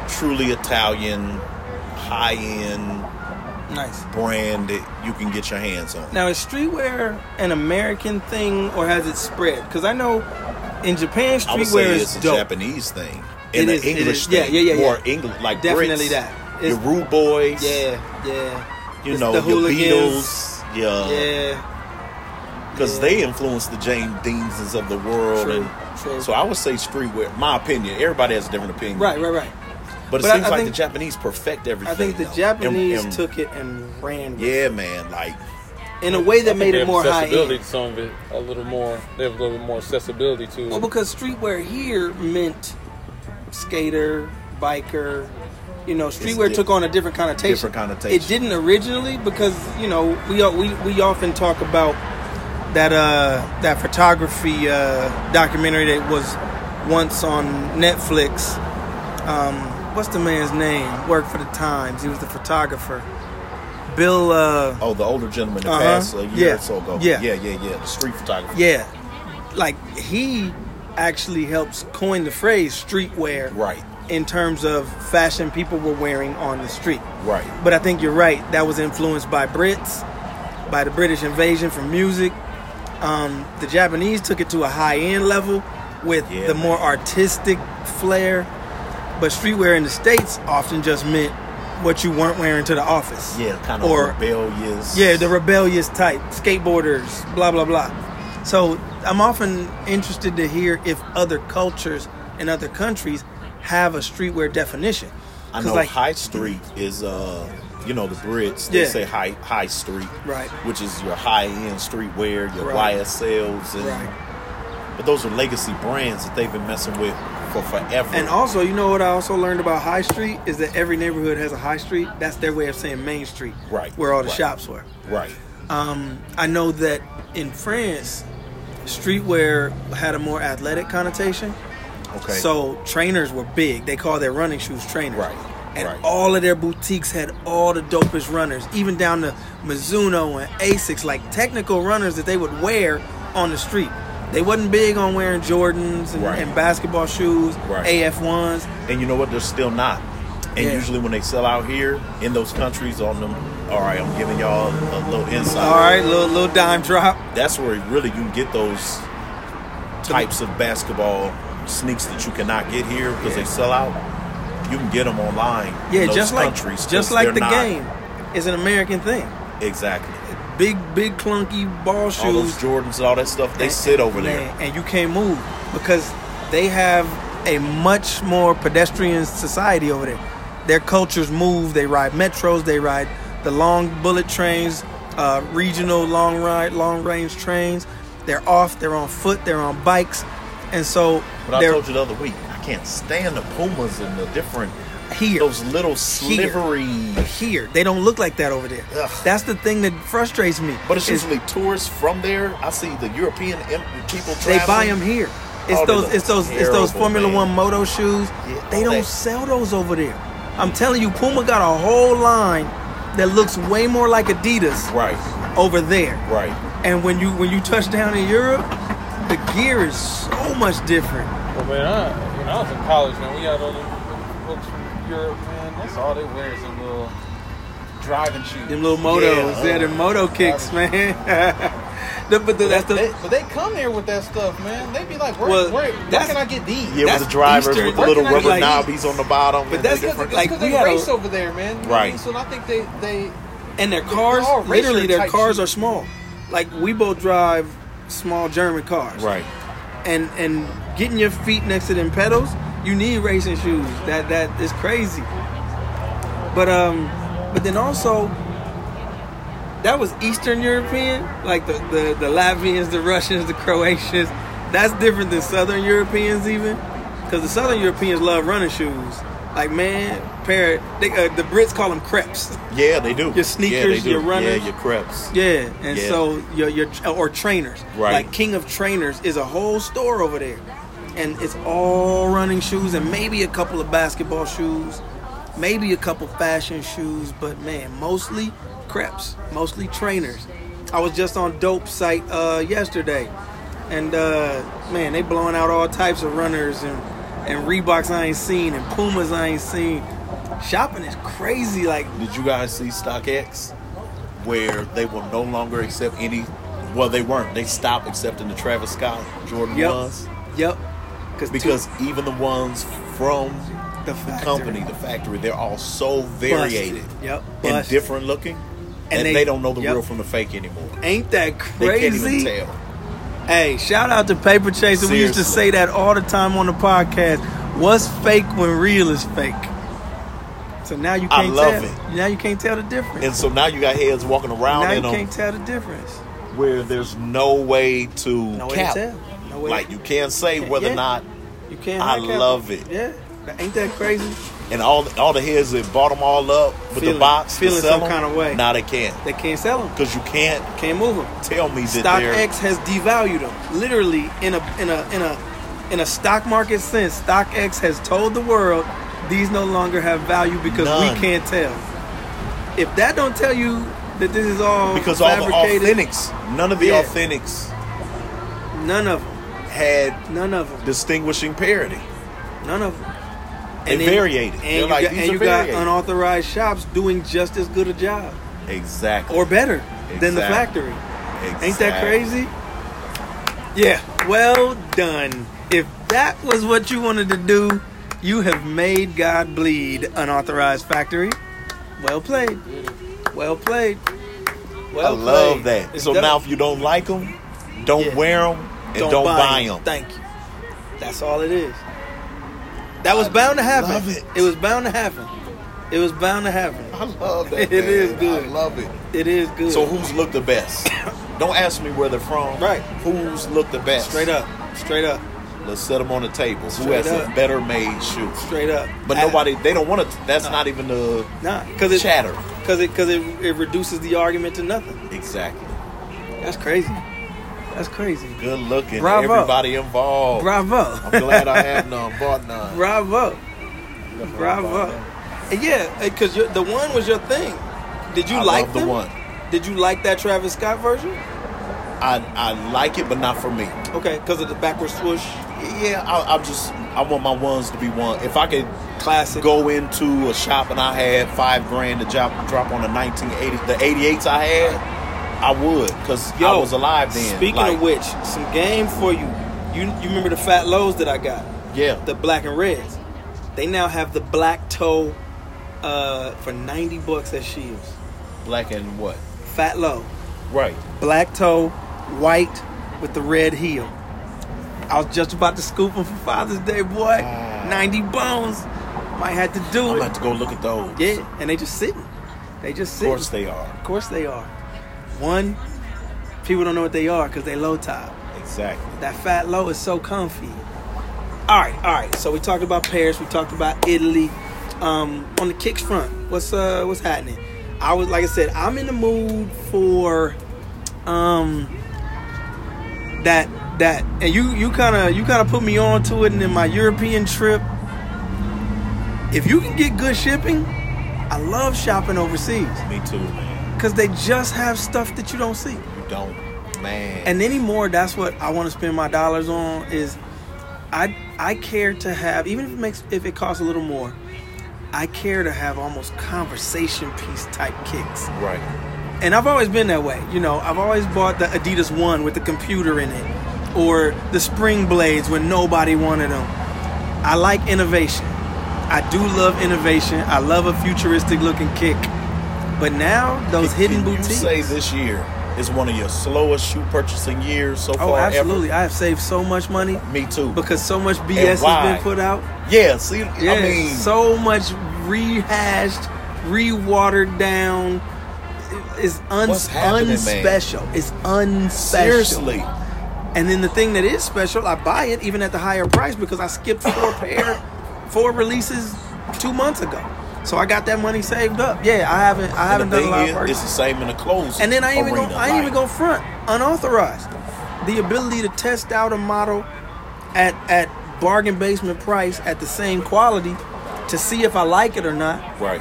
Speaker 2: Truly Italian, high end
Speaker 1: Nice.
Speaker 2: brand that you can get your hands on.
Speaker 1: Now, is streetwear an American thing or has it spread? Because I know in Japan,
Speaker 2: I would say
Speaker 1: streetwear
Speaker 2: it's
Speaker 1: is
Speaker 2: a
Speaker 1: dope.
Speaker 2: Japanese thing. in
Speaker 1: It
Speaker 2: the
Speaker 1: is- it
Speaker 2: English
Speaker 1: is-
Speaker 2: thing.
Speaker 1: yeah, yeah, yeah,
Speaker 2: More
Speaker 1: yeah.
Speaker 2: English, like
Speaker 1: Definitely
Speaker 2: Brits,
Speaker 1: that.
Speaker 2: Your
Speaker 1: It's-
Speaker 2: Rude Boys.
Speaker 1: Yeah, yeah.
Speaker 2: You
Speaker 1: It's
Speaker 2: know,
Speaker 1: the
Speaker 2: the your
Speaker 1: hooligans.
Speaker 2: Beatles. Yeah.
Speaker 1: Yeah,
Speaker 2: Because
Speaker 1: yeah.
Speaker 2: they influenced the James Deanses of the world.
Speaker 1: True,
Speaker 2: and
Speaker 1: true.
Speaker 2: So I would say streetwear. My opinion. Everybody has a different opinion.
Speaker 1: right, right, right.
Speaker 2: But it
Speaker 1: But I-
Speaker 2: seems
Speaker 1: I
Speaker 2: like
Speaker 1: think-
Speaker 2: the Japanese perfect everything.
Speaker 1: I think the
Speaker 2: though.
Speaker 1: Japanese
Speaker 2: And- and-
Speaker 1: took it and ran with it
Speaker 2: Yeah, man. Like,
Speaker 1: in a way that
Speaker 3: I think
Speaker 1: made
Speaker 3: they
Speaker 1: it
Speaker 3: have
Speaker 1: more high
Speaker 3: accessibility
Speaker 1: end.
Speaker 3: to some of it a little more. They have a little bit more accessibility to it.
Speaker 1: Well, Oh, because streetwear here meant skater, biker. You know, streetwear
Speaker 2: di-
Speaker 1: took on a different connotation.
Speaker 2: different connotation.
Speaker 1: It didn't originally because you know we al- we we often talk about that uh that photography uh documentary that was once on Netflix. Um, what's the man's name? Worked for the Times. He was the photographer. Bill. Uh,
Speaker 2: oh, the older gentleman that
Speaker 1: Uh-huh.
Speaker 2: passed a year
Speaker 1: Yeah.
Speaker 2: or so ago.
Speaker 1: Yeah.
Speaker 2: yeah, yeah. yeah. The street photographer.
Speaker 1: Yeah. Like he actually helps coin the phrase streetwear
Speaker 2: Right.
Speaker 1: in terms of fashion people were wearing on the street.
Speaker 2: Right.
Speaker 1: But I think you're right, that was influenced by Brits, by the British invasion from music. Um, the Japanese took it to a high end level with
Speaker 2: Yeah,
Speaker 1: the
Speaker 2: man.
Speaker 1: more artistic flair. But streetwear in the States often just meant what you weren't wearing to the office.
Speaker 2: Yeah, kind of
Speaker 1: Or
Speaker 2: rebellious.
Speaker 1: yeah, the rebellious type, skateboarders, blah blah blah. So I'm often interested to hear if other cultures and other countries have a streetwear definition.
Speaker 2: I
Speaker 1: 'Cause,
Speaker 2: know High Street is uh you know the Brits they
Speaker 1: Yeah.
Speaker 2: say high high street
Speaker 1: Right.
Speaker 2: which is your high end streetwear your
Speaker 1: Right.
Speaker 2: YSLs and
Speaker 1: Right.
Speaker 2: but those are legacy brands that they've been messing with for forever
Speaker 1: And also, you know what I also learned about High Street is that every neighborhood has a High Street. That's their way of saying Main Street,
Speaker 2: Right,
Speaker 1: Where all the
Speaker 2: right.
Speaker 1: shops were.
Speaker 2: right
Speaker 1: Um, I know that in France, streetwear had a more athletic connotation.
Speaker 2: okay
Speaker 1: So trainers were big. They called their running shoes trainers.
Speaker 2: Right,
Speaker 1: And
Speaker 2: right.
Speaker 1: all of their boutiques had all the dopest runners, even down to Mizuno and Asics, like technical runners that they would wear on the street. They wasn't big on wearing Jordans and,
Speaker 2: Right.
Speaker 1: and basketball shoes,
Speaker 2: Right.
Speaker 1: AF ones.
Speaker 2: and you know what they're still not and
Speaker 1: Yeah.
Speaker 2: usually when they sell out here in those countries on them all right I'm giving y'all a little insight
Speaker 1: All right, little little dime drop.
Speaker 2: that's where really you can get those types of basketball sneaks that you cannot get here because they sell out. You can get them online.
Speaker 1: Yeah,
Speaker 2: in those
Speaker 1: just like
Speaker 2: countries 'cause
Speaker 1: just like
Speaker 2: they're
Speaker 1: the
Speaker 2: not-
Speaker 1: game is an American thing.
Speaker 2: Exactly.
Speaker 1: Big big clunky ball shoes.
Speaker 2: All those Jordans and all that stuff, they sit over there.
Speaker 1: Man, and you can't move because they have a much more pedestrian society over there. Their cultures move. They ride metros. They ride the long bullet trains, uh, regional long ride, long range trains. They're off. They're on foot. They're on bikes, and so
Speaker 2: But I
Speaker 1: they're
Speaker 2: told you the other week, I can't stand the Pumas and the different
Speaker 1: here.
Speaker 2: those little slivery.
Speaker 1: here, they don't look like that over there.
Speaker 2: Ugh.
Speaker 1: That's the thing that frustrates me.
Speaker 2: But it's
Speaker 1: is
Speaker 2: usually tourists from there. I see the European em- people.
Speaker 1: they buy
Speaker 2: traveling.
Speaker 1: them here. It's
Speaker 2: Oh, they
Speaker 1: those,
Speaker 2: look
Speaker 1: it's those, it's those
Speaker 2: terrible,
Speaker 1: Formula
Speaker 2: man.
Speaker 1: One moto shoes.
Speaker 2: Yeah,
Speaker 1: they
Speaker 2: all
Speaker 1: don't
Speaker 2: that.
Speaker 1: sell those over there. I'm telling you, Puma got a whole line that looks way more like Adidas
Speaker 2: Right,
Speaker 1: over there.
Speaker 2: right.
Speaker 1: And when you when you touch down in Europe, the gear is so much different.
Speaker 3: Well, man, I, when I was in college, man, we had all them folks from Europe, man. That's all they wear is them little driving shoes.
Speaker 1: Them little motos,
Speaker 2: Yeah. uh,
Speaker 1: yeah, them moto kicks, man. *laughs* The- but the- that's the
Speaker 3: They- but they come here with that stuff, man. They be like, where,
Speaker 1: Well,
Speaker 3: where, where
Speaker 1: that's-
Speaker 3: can I get these?
Speaker 2: Yeah,
Speaker 1: That's
Speaker 2: with the drivers
Speaker 1: Eastern-
Speaker 2: with the
Speaker 1: where
Speaker 2: little
Speaker 3: can I
Speaker 2: rubber
Speaker 1: get- like-
Speaker 2: knobbies on the bottom.
Speaker 1: But
Speaker 2: and the
Speaker 1: that's-
Speaker 2: different-
Speaker 1: like,
Speaker 3: because
Speaker 1: we
Speaker 3: they
Speaker 1: had a-
Speaker 3: race over there, man. You know what I
Speaker 2: Right.
Speaker 3: mean? So I think they, they
Speaker 1: and their cars
Speaker 3: all racer
Speaker 1: literally their
Speaker 3: type
Speaker 1: cars
Speaker 3: shoes.
Speaker 1: are small. Like we both drive small German cars.
Speaker 2: right.
Speaker 1: and and getting your feet next to them pedals, you need racing shoes. That that is crazy. But um, but then also, that was Eastern European, like the the, the Latvians, the Russians, the Croatians. That's different than Southern Europeans even, because the Southern Europeans love running shoes. Like man, pair they, uh, the Brits call them crepes. *laughs*
Speaker 2: Yeah, they do.
Speaker 1: Your sneakers,
Speaker 2: yeah, they do.
Speaker 1: your runners.
Speaker 2: yeah, your creps.
Speaker 1: Yeah, and
Speaker 2: Yeah.
Speaker 1: so your your or trainers,
Speaker 2: Right.
Speaker 1: Like King of Trainers is a whole store over there, and it's all running shoes and maybe a couple of basketball shoes, maybe a couple fashion shoes, but man, mostly crepes, mostly trainers. I was just on Dope site uh, yesterday, and uh, man, they blowing out all types of runners and and Reeboks I ain't seen and Pumas I ain't seen. Shopping is crazy, like
Speaker 2: Did you guys see StockX? Where they will no longer accept any. Well, they weren't. They stopped accepting the Travis Scott Jordan
Speaker 1: Yep.
Speaker 2: ones.
Speaker 1: Yep. Cause
Speaker 2: because even the ones from
Speaker 1: the factory.
Speaker 2: company, the factory, they're all so variated
Speaker 1: Busted. Yep.
Speaker 2: and
Speaker 1: busted.
Speaker 2: different looking, and, they, don't know the
Speaker 1: yep.
Speaker 2: real from the fake anymore.
Speaker 1: Ain't that
Speaker 2: They
Speaker 1: crazy?
Speaker 2: can't even tell.
Speaker 1: Hey, shout out to Paper Chaser. We used to say
Speaker 2: Seriously.
Speaker 1: that all the time on the podcast. What's fake when real is fake? So now you
Speaker 2: I
Speaker 1: can't
Speaker 2: love
Speaker 1: tell.
Speaker 2: it.
Speaker 1: Now you can't tell the difference.
Speaker 2: And so now you got heads walking around
Speaker 1: now you
Speaker 2: in them
Speaker 1: can't tell the difference.
Speaker 2: where there's no way to
Speaker 1: No way
Speaker 2: cap.
Speaker 1: to tell. No way.
Speaker 2: Like you can't say whether
Speaker 1: Yeah.
Speaker 2: or not,
Speaker 1: you can't.
Speaker 2: I
Speaker 1: hide cap.
Speaker 2: love it.
Speaker 1: Yeah. Ain't that crazy?
Speaker 2: and all all the heads that bought them all up with
Speaker 1: Feeling-
Speaker 2: the box, to
Speaker 1: feeling
Speaker 2: sell
Speaker 1: some
Speaker 2: them,
Speaker 1: kind of way.
Speaker 2: Now they can't
Speaker 1: They can't sell them.
Speaker 2: because you can't
Speaker 1: Can't move them.
Speaker 2: tell me that
Speaker 1: Stock
Speaker 2: they're
Speaker 1: X has devalued them. Literally, in a in a in a in a stock market sense, Stock X has told the world these no longer have value because
Speaker 2: None.
Speaker 1: we can't tell. If that don't tell you that this is all
Speaker 2: because all the
Speaker 1: fabricated,
Speaker 2: authentics, none of the
Speaker 1: Yeah.
Speaker 2: authentics
Speaker 1: none of them,
Speaker 2: had
Speaker 1: none of them,
Speaker 2: distinguishing parity.
Speaker 1: none of them.
Speaker 2: They variated.
Speaker 1: And
Speaker 2: They're
Speaker 1: you,
Speaker 2: like,
Speaker 1: got,
Speaker 2: "These
Speaker 1: and
Speaker 2: are
Speaker 1: you got
Speaker 2: variated."
Speaker 1: unauthorized shops doing just as good a job
Speaker 2: Exactly.
Speaker 1: or better than the
Speaker 2: Exactly.
Speaker 1: factory.
Speaker 2: exactly.
Speaker 1: Ain't that crazy? Yeah. Well done. If that was what you wanted to do, you have made God bleed unauthorized factory. Well played. Well played.
Speaker 2: I
Speaker 1: Well
Speaker 2: love
Speaker 1: played.
Speaker 2: that.
Speaker 1: It's
Speaker 2: so
Speaker 1: dope.
Speaker 2: now, if you don't like them, don't
Speaker 1: Yeah.
Speaker 2: wear them and don't, buy
Speaker 1: 'em.
Speaker 2: them.
Speaker 1: Thank you. That's all it is. That was bound to happen.
Speaker 2: love it.
Speaker 1: was bound to happen. It was bound to happen.
Speaker 2: I love that.
Speaker 1: *laughs* It is good.
Speaker 2: I love it.
Speaker 1: It is good.
Speaker 2: So who's looked the
Speaker 1: *coughs*
Speaker 2: best? don't ask me where they're from.
Speaker 1: Right.
Speaker 2: Who's looked the best?
Speaker 1: straight up, straight up,
Speaker 2: Let's set them on the table. Who
Speaker 1: Straight
Speaker 2: has
Speaker 1: up.
Speaker 2: a better made shoe?
Speaker 1: straight up.
Speaker 2: But
Speaker 1: I-
Speaker 2: nobody, they don't want to. That's not even the
Speaker 1: Nah, because it
Speaker 2: chatter.
Speaker 1: because it because it, it reduces the argument to nothing.
Speaker 2: Exactly.
Speaker 1: That's crazy. That's crazy.
Speaker 2: Good looking.
Speaker 1: Bravo.
Speaker 2: Everybody involved.
Speaker 1: Bravo.
Speaker 2: I'm glad I have none. Bought
Speaker 1: *laughs*
Speaker 2: none.
Speaker 1: Bravo. Bravo. And yeah, because the one was your thing. Did you
Speaker 2: I
Speaker 1: like
Speaker 2: love the
Speaker 1: them?
Speaker 2: one.
Speaker 1: Did you like that Travis Scott version?
Speaker 2: I I like it, but not for me.
Speaker 1: Okay, because of the backward swoosh,
Speaker 2: Yeah, I, I'm just. I want my ones to be one. If I could
Speaker 1: classic.
Speaker 2: go into a shop and I had five grand to drop drop on the 1980s, the 88s I had, I would because I
Speaker 1: Yo,
Speaker 2: was alive then.
Speaker 1: Speaking
Speaker 2: Like,
Speaker 1: of which, some game for you. You you remember the fat lows that I got?
Speaker 2: yeah,
Speaker 1: The black and reds. They now have the black toe uh, for ninety bucks at Shields.
Speaker 2: black and what?
Speaker 1: Fat low.
Speaker 2: Right.
Speaker 1: black toe, white with the red heel. I was just about to scoop him for Father's Day, boy. 90 bones. Might have to
Speaker 2: I'm
Speaker 1: do
Speaker 2: gonna have
Speaker 1: it.
Speaker 2: to go look at those.
Speaker 1: Yeah, and they just sitting. They just
Speaker 2: Of
Speaker 1: sitting.
Speaker 2: course they are.
Speaker 1: Of course they are. One, people don't know what they are because they low top.
Speaker 2: Exactly.
Speaker 1: That fat low is so comfy. All right, all right. So we talked about Paris. We talked about Italy. Um, on the kicks front, what's uh, what's happening? I was like I said, I'm in the mood for, um, that that, and you you kind of you kind of put me on to it, and then my European trip. If you can get good shipping, I love shopping overseas
Speaker 2: Me too, man.
Speaker 1: because they just have stuff that you don't see
Speaker 2: You don't, man.
Speaker 1: and anymore that's what i want to spend my dollars on is i i care to have even if it makes if it costs a little more i care to have almost conversation piece type kicks
Speaker 2: right.
Speaker 1: and i've always been that way you know i've always bought the adidas one with the computer in it or the spring blades when nobody wanted them i like innovation i do love innovation i love a futuristic looking kick but now those hidden
Speaker 2: Can
Speaker 1: boutiques
Speaker 2: You say this year is one of your slowest shoe purchasing years so
Speaker 1: oh
Speaker 2: far
Speaker 1: absolutely i have saved so much money
Speaker 2: ever. Me too.
Speaker 1: because so much BS has
Speaker 2: why?
Speaker 1: been put out.
Speaker 2: yeah. See,
Speaker 1: Yeah,
Speaker 2: I mean,
Speaker 1: so much rehashed, rewatered down. It's un-
Speaker 2: What's happening, man?
Speaker 1: unspecial. It's unspecial.
Speaker 2: seriously,
Speaker 1: And then the thing that is special, I buy it even at the higher price because I skipped
Speaker 2: *laughs*
Speaker 1: four pair, four releases two months ago. So I got that money saved up. Yeah, I haven't. I haven't
Speaker 2: and the
Speaker 1: done a lot of
Speaker 2: thing
Speaker 1: work.
Speaker 2: is, it's the same in the clothes.
Speaker 1: And then I ain't even
Speaker 2: arena,
Speaker 1: gonna, I ain't
Speaker 2: like-
Speaker 1: even gonna front unauthorized. The ability to test out a model at at bargain basement price at the same quality to see if I like it or not.
Speaker 2: Right.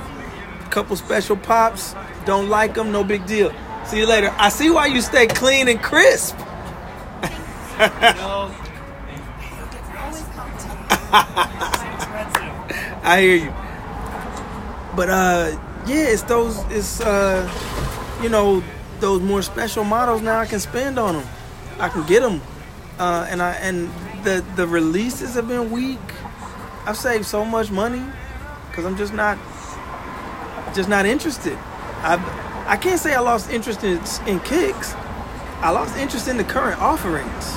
Speaker 1: Couple special pops, don't like them, no big deal. See you later. I see why you stay clean and crisp. *laughs* I hear you. But uh yeah, it's those it's uh you know those more special models now I can spend on them. I can get them. Uh and I and the the releases have been weak. I've saved so much money because I'm just not just not interested. I I can't say I lost interest in, in kicks. I lost interest in the current offerings.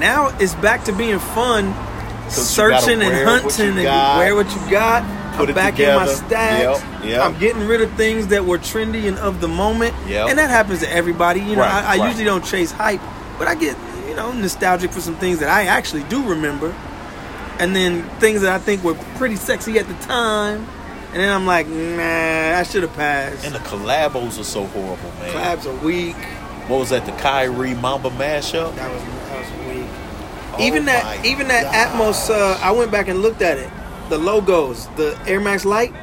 Speaker 1: Now it's back to being fun,
Speaker 2: you gotta
Speaker 1: searching and
Speaker 2: wear what you
Speaker 1: hunting and
Speaker 2: got,
Speaker 1: wear what you got.
Speaker 2: put
Speaker 1: I'm
Speaker 2: it
Speaker 1: back in my
Speaker 2: together.
Speaker 1: stacks.
Speaker 2: Yep, yep.
Speaker 1: I'm getting rid of things that were trendy and of the moment.
Speaker 2: Yep.
Speaker 1: And that happens to everybody. You know,
Speaker 2: Right,
Speaker 1: I, I
Speaker 2: right.
Speaker 1: usually don't chase hype, but I get you know nostalgic for some things that I actually do remember, and then things that I think were pretty sexy at the time, and then I'm like, nah, I should have passed.
Speaker 2: And the collabos are so horrible, man.
Speaker 1: Claps are weak.
Speaker 2: What was that? The Kyrie Mamba mashup.
Speaker 1: That was that was weak.
Speaker 2: Oh
Speaker 1: even that
Speaker 2: my
Speaker 1: even that
Speaker 2: gosh.
Speaker 1: Atmos uh, I went back and looked at it the logos the Air Max Light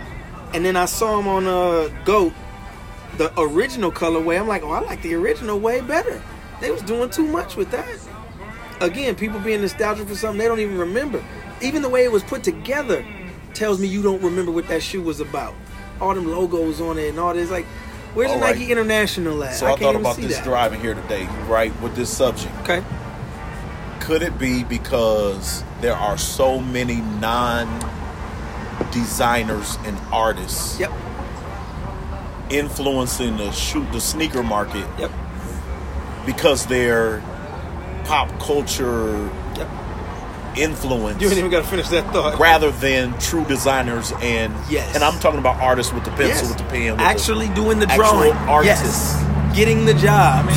Speaker 1: and then I saw them on uh, Goat the original colorway I'm like oh I like the original way better they was doing too much with that again people being nostalgic for something they don't even remember even the way it was put together tells me you don't remember what that shoe was about all them logos on it and all this like where's the
Speaker 2: All Oh, right.
Speaker 1: Nike International at
Speaker 2: So I,
Speaker 1: can't
Speaker 2: thought
Speaker 1: even
Speaker 2: about
Speaker 1: see
Speaker 2: this
Speaker 1: that.
Speaker 2: driving here today, right? With this subject,
Speaker 1: okay
Speaker 2: could it be because there are so many non-designers and artists
Speaker 1: yep
Speaker 2: influencing the shoot the sneaker market
Speaker 1: yep
Speaker 2: because they're pop culture
Speaker 1: yep
Speaker 2: influence
Speaker 1: you ain't even gotta finish that thought
Speaker 2: rather than true designers and
Speaker 1: Yes.
Speaker 2: and I'm talking about artists with the pencil
Speaker 1: Yes.
Speaker 2: with the pen with the-
Speaker 1: actually doing the
Speaker 2: actual
Speaker 1: drawing.
Speaker 2: artists.
Speaker 1: Yes. Getting the
Speaker 3: I
Speaker 1: job.
Speaker 3: mean,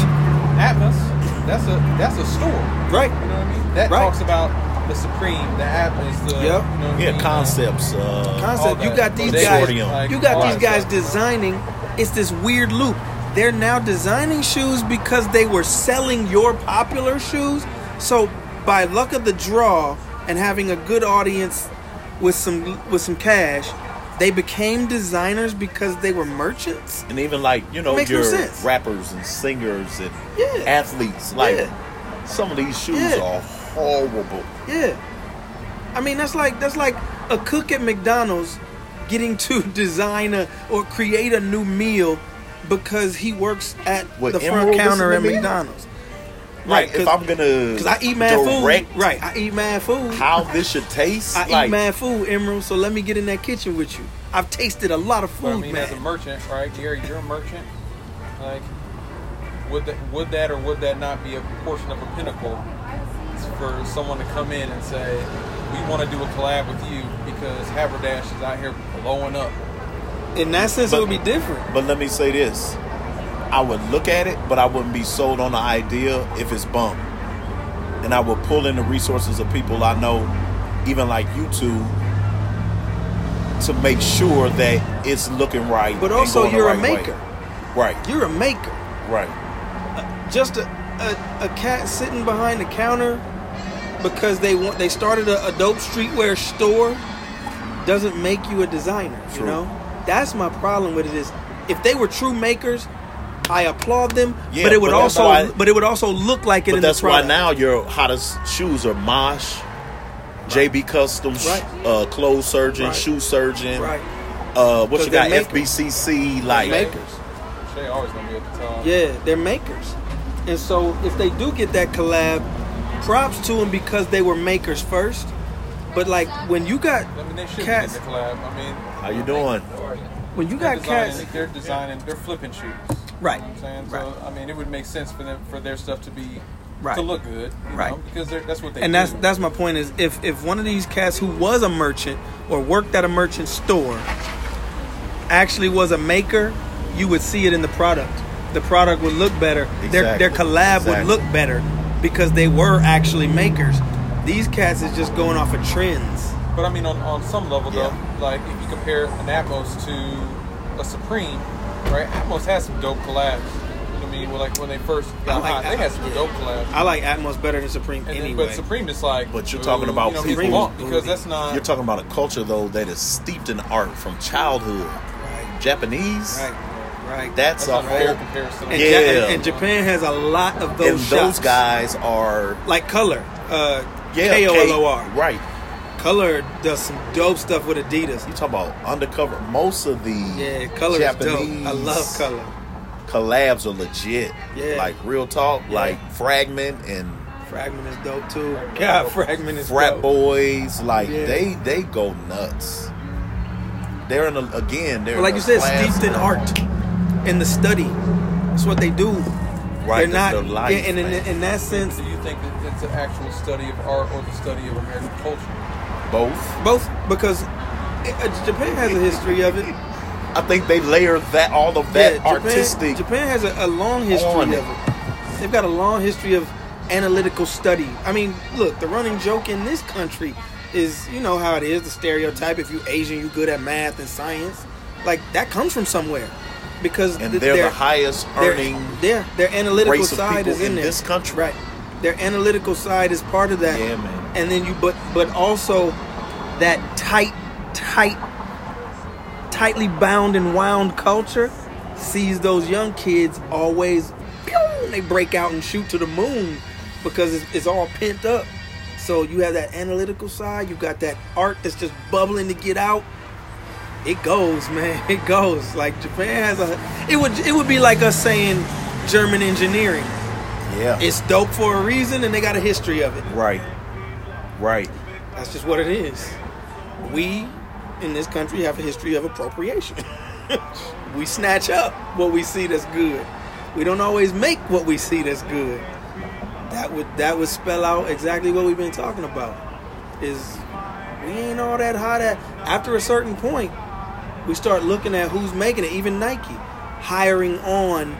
Speaker 3: Atmos, that's a that's a store. You know
Speaker 1: right.
Speaker 3: what I mean? That
Speaker 1: Right.
Speaker 3: talks about the Supreme, the Atmos, the
Speaker 1: Yep.
Speaker 3: you know what I
Speaker 2: yeah
Speaker 3: mean?
Speaker 2: concepts uh,
Speaker 3: All
Speaker 1: Concept. You
Speaker 3: that.
Speaker 1: got these
Speaker 2: They-
Speaker 1: guys.
Speaker 2: Consortium.
Speaker 3: Like,
Speaker 1: You got
Speaker 3: all
Speaker 1: these
Speaker 3: that
Speaker 1: guys
Speaker 3: stuff.
Speaker 1: designing. It's this weird loop. They're now designing shoes because they were selling your popular shoes. So by luck of the draw and having a good audience with some with some cash, they became designers because they were merchants.
Speaker 2: and even like you know
Speaker 1: Makes no
Speaker 2: your
Speaker 1: sense.
Speaker 2: rappers and singers and
Speaker 1: Yeah.
Speaker 2: athletes like
Speaker 1: Yeah.
Speaker 2: some of these shoes
Speaker 1: Yeah.
Speaker 2: are horrible
Speaker 1: Yeah. I mean that's like that's like a cook at McDonald's getting to *laughs* design a, or create a new meal because he works at
Speaker 2: What,
Speaker 1: the front
Speaker 2: Emerald is
Speaker 1: counter
Speaker 2: in the
Speaker 1: at
Speaker 2: meal?
Speaker 1: McDonald's.
Speaker 2: like if I'm gonna
Speaker 1: because I eat mad
Speaker 2: direct
Speaker 1: food. Right, I eat mad food.
Speaker 2: how this should taste
Speaker 1: I
Speaker 2: like
Speaker 1: eat mad food, Emerald. So let me get in that kitchen with you. I've tasted a lot of food,
Speaker 3: But I mean, as a
Speaker 1: man.
Speaker 3: merchant, right, Gary, you're a merchant. Like, would that, would that or would that not be a portion of a pinnacle for someone to come in and say, we want to do a collab with you because Haberdash is out here blowing up.
Speaker 1: in that sense,
Speaker 2: But-
Speaker 1: it would be different.
Speaker 2: But let me say this. I would look at it, but I wouldn't be sold on the idea if it's bump. And I would pull in the resources of people I know, even like you two, to make sure that it's looking right.
Speaker 1: But
Speaker 2: and
Speaker 1: also,
Speaker 2: going the
Speaker 1: you're a
Speaker 2: right way.
Speaker 1: maker.
Speaker 2: Right,
Speaker 1: You're a maker.
Speaker 2: right.
Speaker 1: just a, a, a cat sitting behind the counter because they want they started a, a dope streetwear store doesn't make you a designer
Speaker 2: True.
Speaker 1: you know that's my problem with it is if they were true makers i applaud them
Speaker 2: Yeah,
Speaker 1: but it would
Speaker 2: but that's
Speaker 1: also
Speaker 2: why-
Speaker 1: but it would also look like it
Speaker 2: But
Speaker 1: in
Speaker 2: that's
Speaker 1: the
Speaker 2: why
Speaker 1: product.
Speaker 2: now your hottest shoes are Mosh, JB Customs,
Speaker 1: Right.
Speaker 2: uh, Clothes Surgeon,
Speaker 1: Right.
Speaker 2: Shoe Surgeon,
Speaker 1: right
Speaker 2: uh, what
Speaker 1: 'Cause
Speaker 2: you
Speaker 1: they're
Speaker 2: got,
Speaker 1: makers.
Speaker 2: FBCC, like,
Speaker 1: Makers.
Speaker 3: They always going to be at the top.
Speaker 1: Yeah, they're makers. And so if they do get that collab, props to them because they were makers first. But like when you got
Speaker 3: I mean, they should
Speaker 1: cats,
Speaker 3: be in the collab. I mean,
Speaker 2: how you doing?
Speaker 1: when you
Speaker 3: they're
Speaker 1: got cats,
Speaker 3: designing, they're designing, they're flipping shoes.
Speaker 1: Right.
Speaker 3: You know what I'm saying?
Speaker 1: Right.
Speaker 3: So, I mean, it would make sense for them for their stuff to be
Speaker 1: Right.
Speaker 3: to look good, you
Speaker 1: Right.
Speaker 3: Know, because they're, that's what they
Speaker 1: and
Speaker 3: do.
Speaker 1: that's that's my point is if if one of these cats who was a merchant or worked at a merchant store actually was a maker you would see it in the product the product would look better their their
Speaker 2: Exactly.
Speaker 1: collab
Speaker 2: Exactly.
Speaker 1: would look better because they were actually makers these cats is just going off of trends
Speaker 3: But I mean, on, on some level,
Speaker 2: Yeah.
Speaker 3: though, like if you compare an Atmos to a Supreme, right? Atmos has some dope collabs. You know what I mean, well, like when they first
Speaker 1: I
Speaker 3: got
Speaker 1: like
Speaker 3: hot, they had some
Speaker 1: Atmos,
Speaker 3: dope collabs.
Speaker 1: i like atmos better than supreme
Speaker 3: And then-
Speaker 1: anyway
Speaker 3: but Supreme is like.
Speaker 2: But you're talking
Speaker 3: ooh,
Speaker 2: about
Speaker 3: you know, people
Speaker 2: people-
Speaker 3: want because that's not.
Speaker 2: You're talking about a culture though that is steeped in art from childhood.
Speaker 1: right
Speaker 2: Japanese,
Speaker 1: right right
Speaker 2: that's, a
Speaker 3: that's not a fair
Speaker 2: whole.
Speaker 3: comparison.
Speaker 1: and,
Speaker 2: Yeah.
Speaker 1: Ja- and- and japan has a lot of those
Speaker 2: and
Speaker 1: shops.
Speaker 2: those guys are
Speaker 1: like color uh
Speaker 2: yeah,
Speaker 1: k-o-l-o-r
Speaker 2: K- right?
Speaker 1: Color does some dope stuff with Adidas.
Speaker 2: You talk about undercover. Most of the
Speaker 1: Yeah, color is
Speaker 2: Japanese
Speaker 1: dope. I love color.
Speaker 2: collabs are legit.
Speaker 1: Yeah.
Speaker 2: like real talk, like Fragment and
Speaker 1: Fragment is dope too. God, *laughs* Fragment is
Speaker 2: frat
Speaker 1: dope.
Speaker 2: boys, like
Speaker 1: Yeah.
Speaker 2: they they go nuts. They're in a, again. They're
Speaker 1: But like you
Speaker 2: in a
Speaker 1: said,
Speaker 2: class-
Speaker 1: steeped in art, in the study. That's what they do.
Speaker 2: Right,
Speaker 1: They're
Speaker 2: that's
Speaker 1: not.
Speaker 2: their life,
Speaker 1: yeah, and in,
Speaker 2: man.
Speaker 1: in that sense,
Speaker 4: Do you think that it's an actual study of art or the study of American culture?
Speaker 2: both.
Speaker 1: both because it, uh, Japan has a history of it.
Speaker 2: I think they layer that all of that
Speaker 1: Yeah,
Speaker 2: artistic.
Speaker 1: Japan has a, a long history
Speaker 2: on
Speaker 1: of
Speaker 2: it.
Speaker 1: it. They've got a long history of analytical study. I mean, look, the running joke in this country is, you know how it is, the stereotype. If you Asian, you good at math and science. Like that comes from somewhere, because
Speaker 2: and
Speaker 1: th-
Speaker 2: they're
Speaker 1: their-
Speaker 2: the highest
Speaker 1: their-
Speaker 2: earning.
Speaker 1: Yeah, their analytical
Speaker 2: race of
Speaker 1: side
Speaker 2: people
Speaker 1: is in,
Speaker 2: in
Speaker 1: there.
Speaker 2: this country.
Speaker 1: right? Their analytical side is part of that.
Speaker 2: Yeah, man.
Speaker 1: And then you, but but also that tight, tight, tightly bound and wound culture sees those young kids always, pew, they break out and shoot to the moon because it's, it's all pent up. So you have that analytical side. You got that art that's just bubbling to get out it goes, man. *laughs* It goes. Like Japan has a. It would it would be like us saying German engineering.
Speaker 2: Yeah.
Speaker 1: It's dope for a reason, and they got a history of it.
Speaker 2: right. Right.
Speaker 1: That's just what it is. We in this country have a history of appropriation. *laughs* we snatch up what we see that's good. We don't always make what we see that's good. That would that would spell out exactly what we've been talking about. Is we ain't all that hot at after a certain point, we start looking at who's making it, even Nike hiring on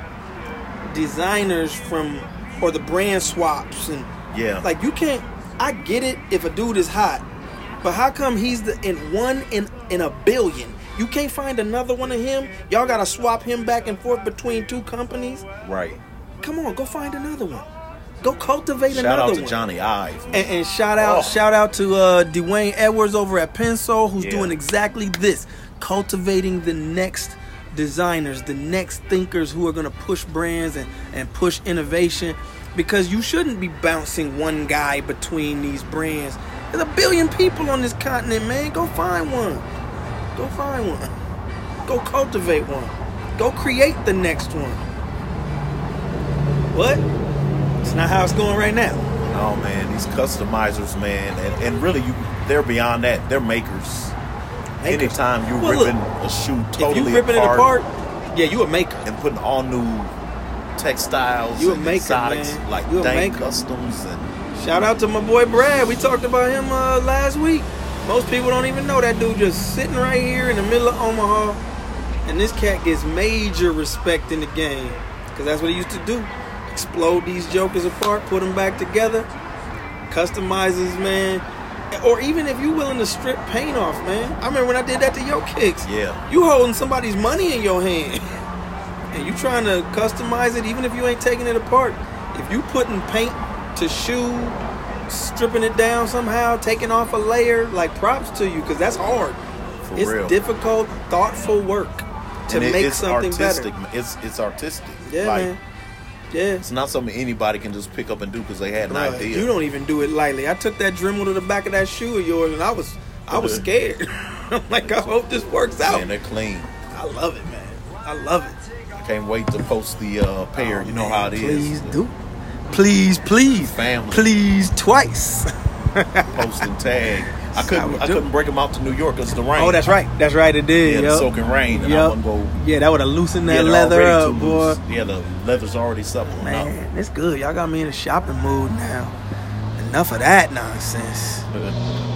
Speaker 1: designers from or the brand swaps and
Speaker 2: Yeah.
Speaker 1: like you can't. I get it if a dude is hot, but how come he's the in one in in a billion? You can't find another one of him. Y'all gotta swap him back and forth between two companies.
Speaker 2: Right.
Speaker 1: Come on, go find another one. Go cultivate
Speaker 2: Shout
Speaker 1: another
Speaker 2: out
Speaker 1: one.
Speaker 2: to Johnny Ives. man.
Speaker 1: And, and shout out,
Speaker 2: Oh.
Speaker 1: shout out to uh, Dwayne Edwards over at Pencil, who's
Speaker 2: Yeah.
Speaker 1: doing exactly this, cultivating the next designers, the next thinkers who are going to push brands and and push innovation, because you shouldn't be bouncing one guy between these brands. There's a billion people on this continent, man. Go find one. Go find one. Go cultivate one. Go create the next one. What? It's not how it's going right now.
Speaker 2: Oh man, these customizers, man, and, and really, you they're beyond that. They're makers.
Speaker 1: Makers.
Speaker 2: Anytime you
Speaker 1: Well,
Speaker 2: ripping
Speaker 1: look,
Speaker 2: a shoe totally
Speaker 1: if you ripping
Speaker 2: apart,
Speaker 1: it apart, yeah, you a maker.
Speaker 2: and putting all new textiles,
Speaker 1: You a
Speaker 2: and
Speaker 1: maker,
Speaker 2: exotics,
Speaker 1: man.
Speaker 2: like
Speaker 1: You a
Speaker 2: dang
Speaker 1: maker.
Speaker 2: customs, and
Speaker 1: Shout out to my boy Brad. We talked about him uh, last week. Most people don't even know that dude just sitting right here in the middle of Omaha, and this cat gets major respect in the game because that's what he used to do: explode these jokers apart, put them back together, customizes, man. Or even if you willing to strip paint off, man. I remember when I did that to your kicks.
Speaker 2: Yeah.
Speaker 1: You holding somebody's money in your hand. *laughs* and you trying to customize it, even if you ain't taking it apart. If you putting paint to shoe, stripping it down somehow, taking off a layer, like props to you, because that's hard.
Speaker 2: For
Speaker 1: it's
Speaker 2: real.
Speaker 1: difficult, thoughtful work to
Speaker 2: and it-
Speaker 1: make
Speaker 2: it's
Speaker 1: something
Speaker 2: artistic.
Speaker 1: better.
Speaker 2: man. It's it's artistic.
Speaker 1: Yeah,
Speaker 2: like
Speaker 1: man. Yeah.
Speaker 2: it's not something anybody can just pick up and do because they had an
Speaker 1: Bruh,
Speaker 2: idea.
Speaker 1: You don't even do it lightly. I took that Dremel to the back of that shoe of yours, and I was, I was scared. *laughs* I'm like, I hope this works out.
Speaker 2: man, they're clean.
Speaker 1: I love it, man. I love it.
Speaker 2: I can't wait to post the uh, pair. you know
Speaker 1: Oh, Man,
Speaker 2: how it
Speaker 1: Please
Speaker 2: is.
Speaker 1: do. Please, please,
Speaker 2: Family.
Speaker 1: please twice.
Speaker 2: Post and tag. I
Speaker 1: That's how we
Speaker 2: couldn't. I
Speaker 1: do.
Speaker 2: couldn't break them out to New York because the rain.
Speaker 1: Oh, that's right. That's right. It did.
Speaker 2: Yeah, the
Speaker 1: yup.
Speaker 2: soaking rain, and I
Speaker 1: Yup.
Speaker 2: wouldn't go-
Speaker 1: Yeah, that would have loosened that
Speaker 2: Yeah, they're
Speaker 1: leather
Speaker 2: already
Speaker 1: up,
Speaker 2: too
Speaker 1: boy.
Speaker 2: loose. Yeah, the leather's already suppling up.
Speaker 1: Man, it's good. Y'all got me in a shopping mood now. Enough of that nonsense.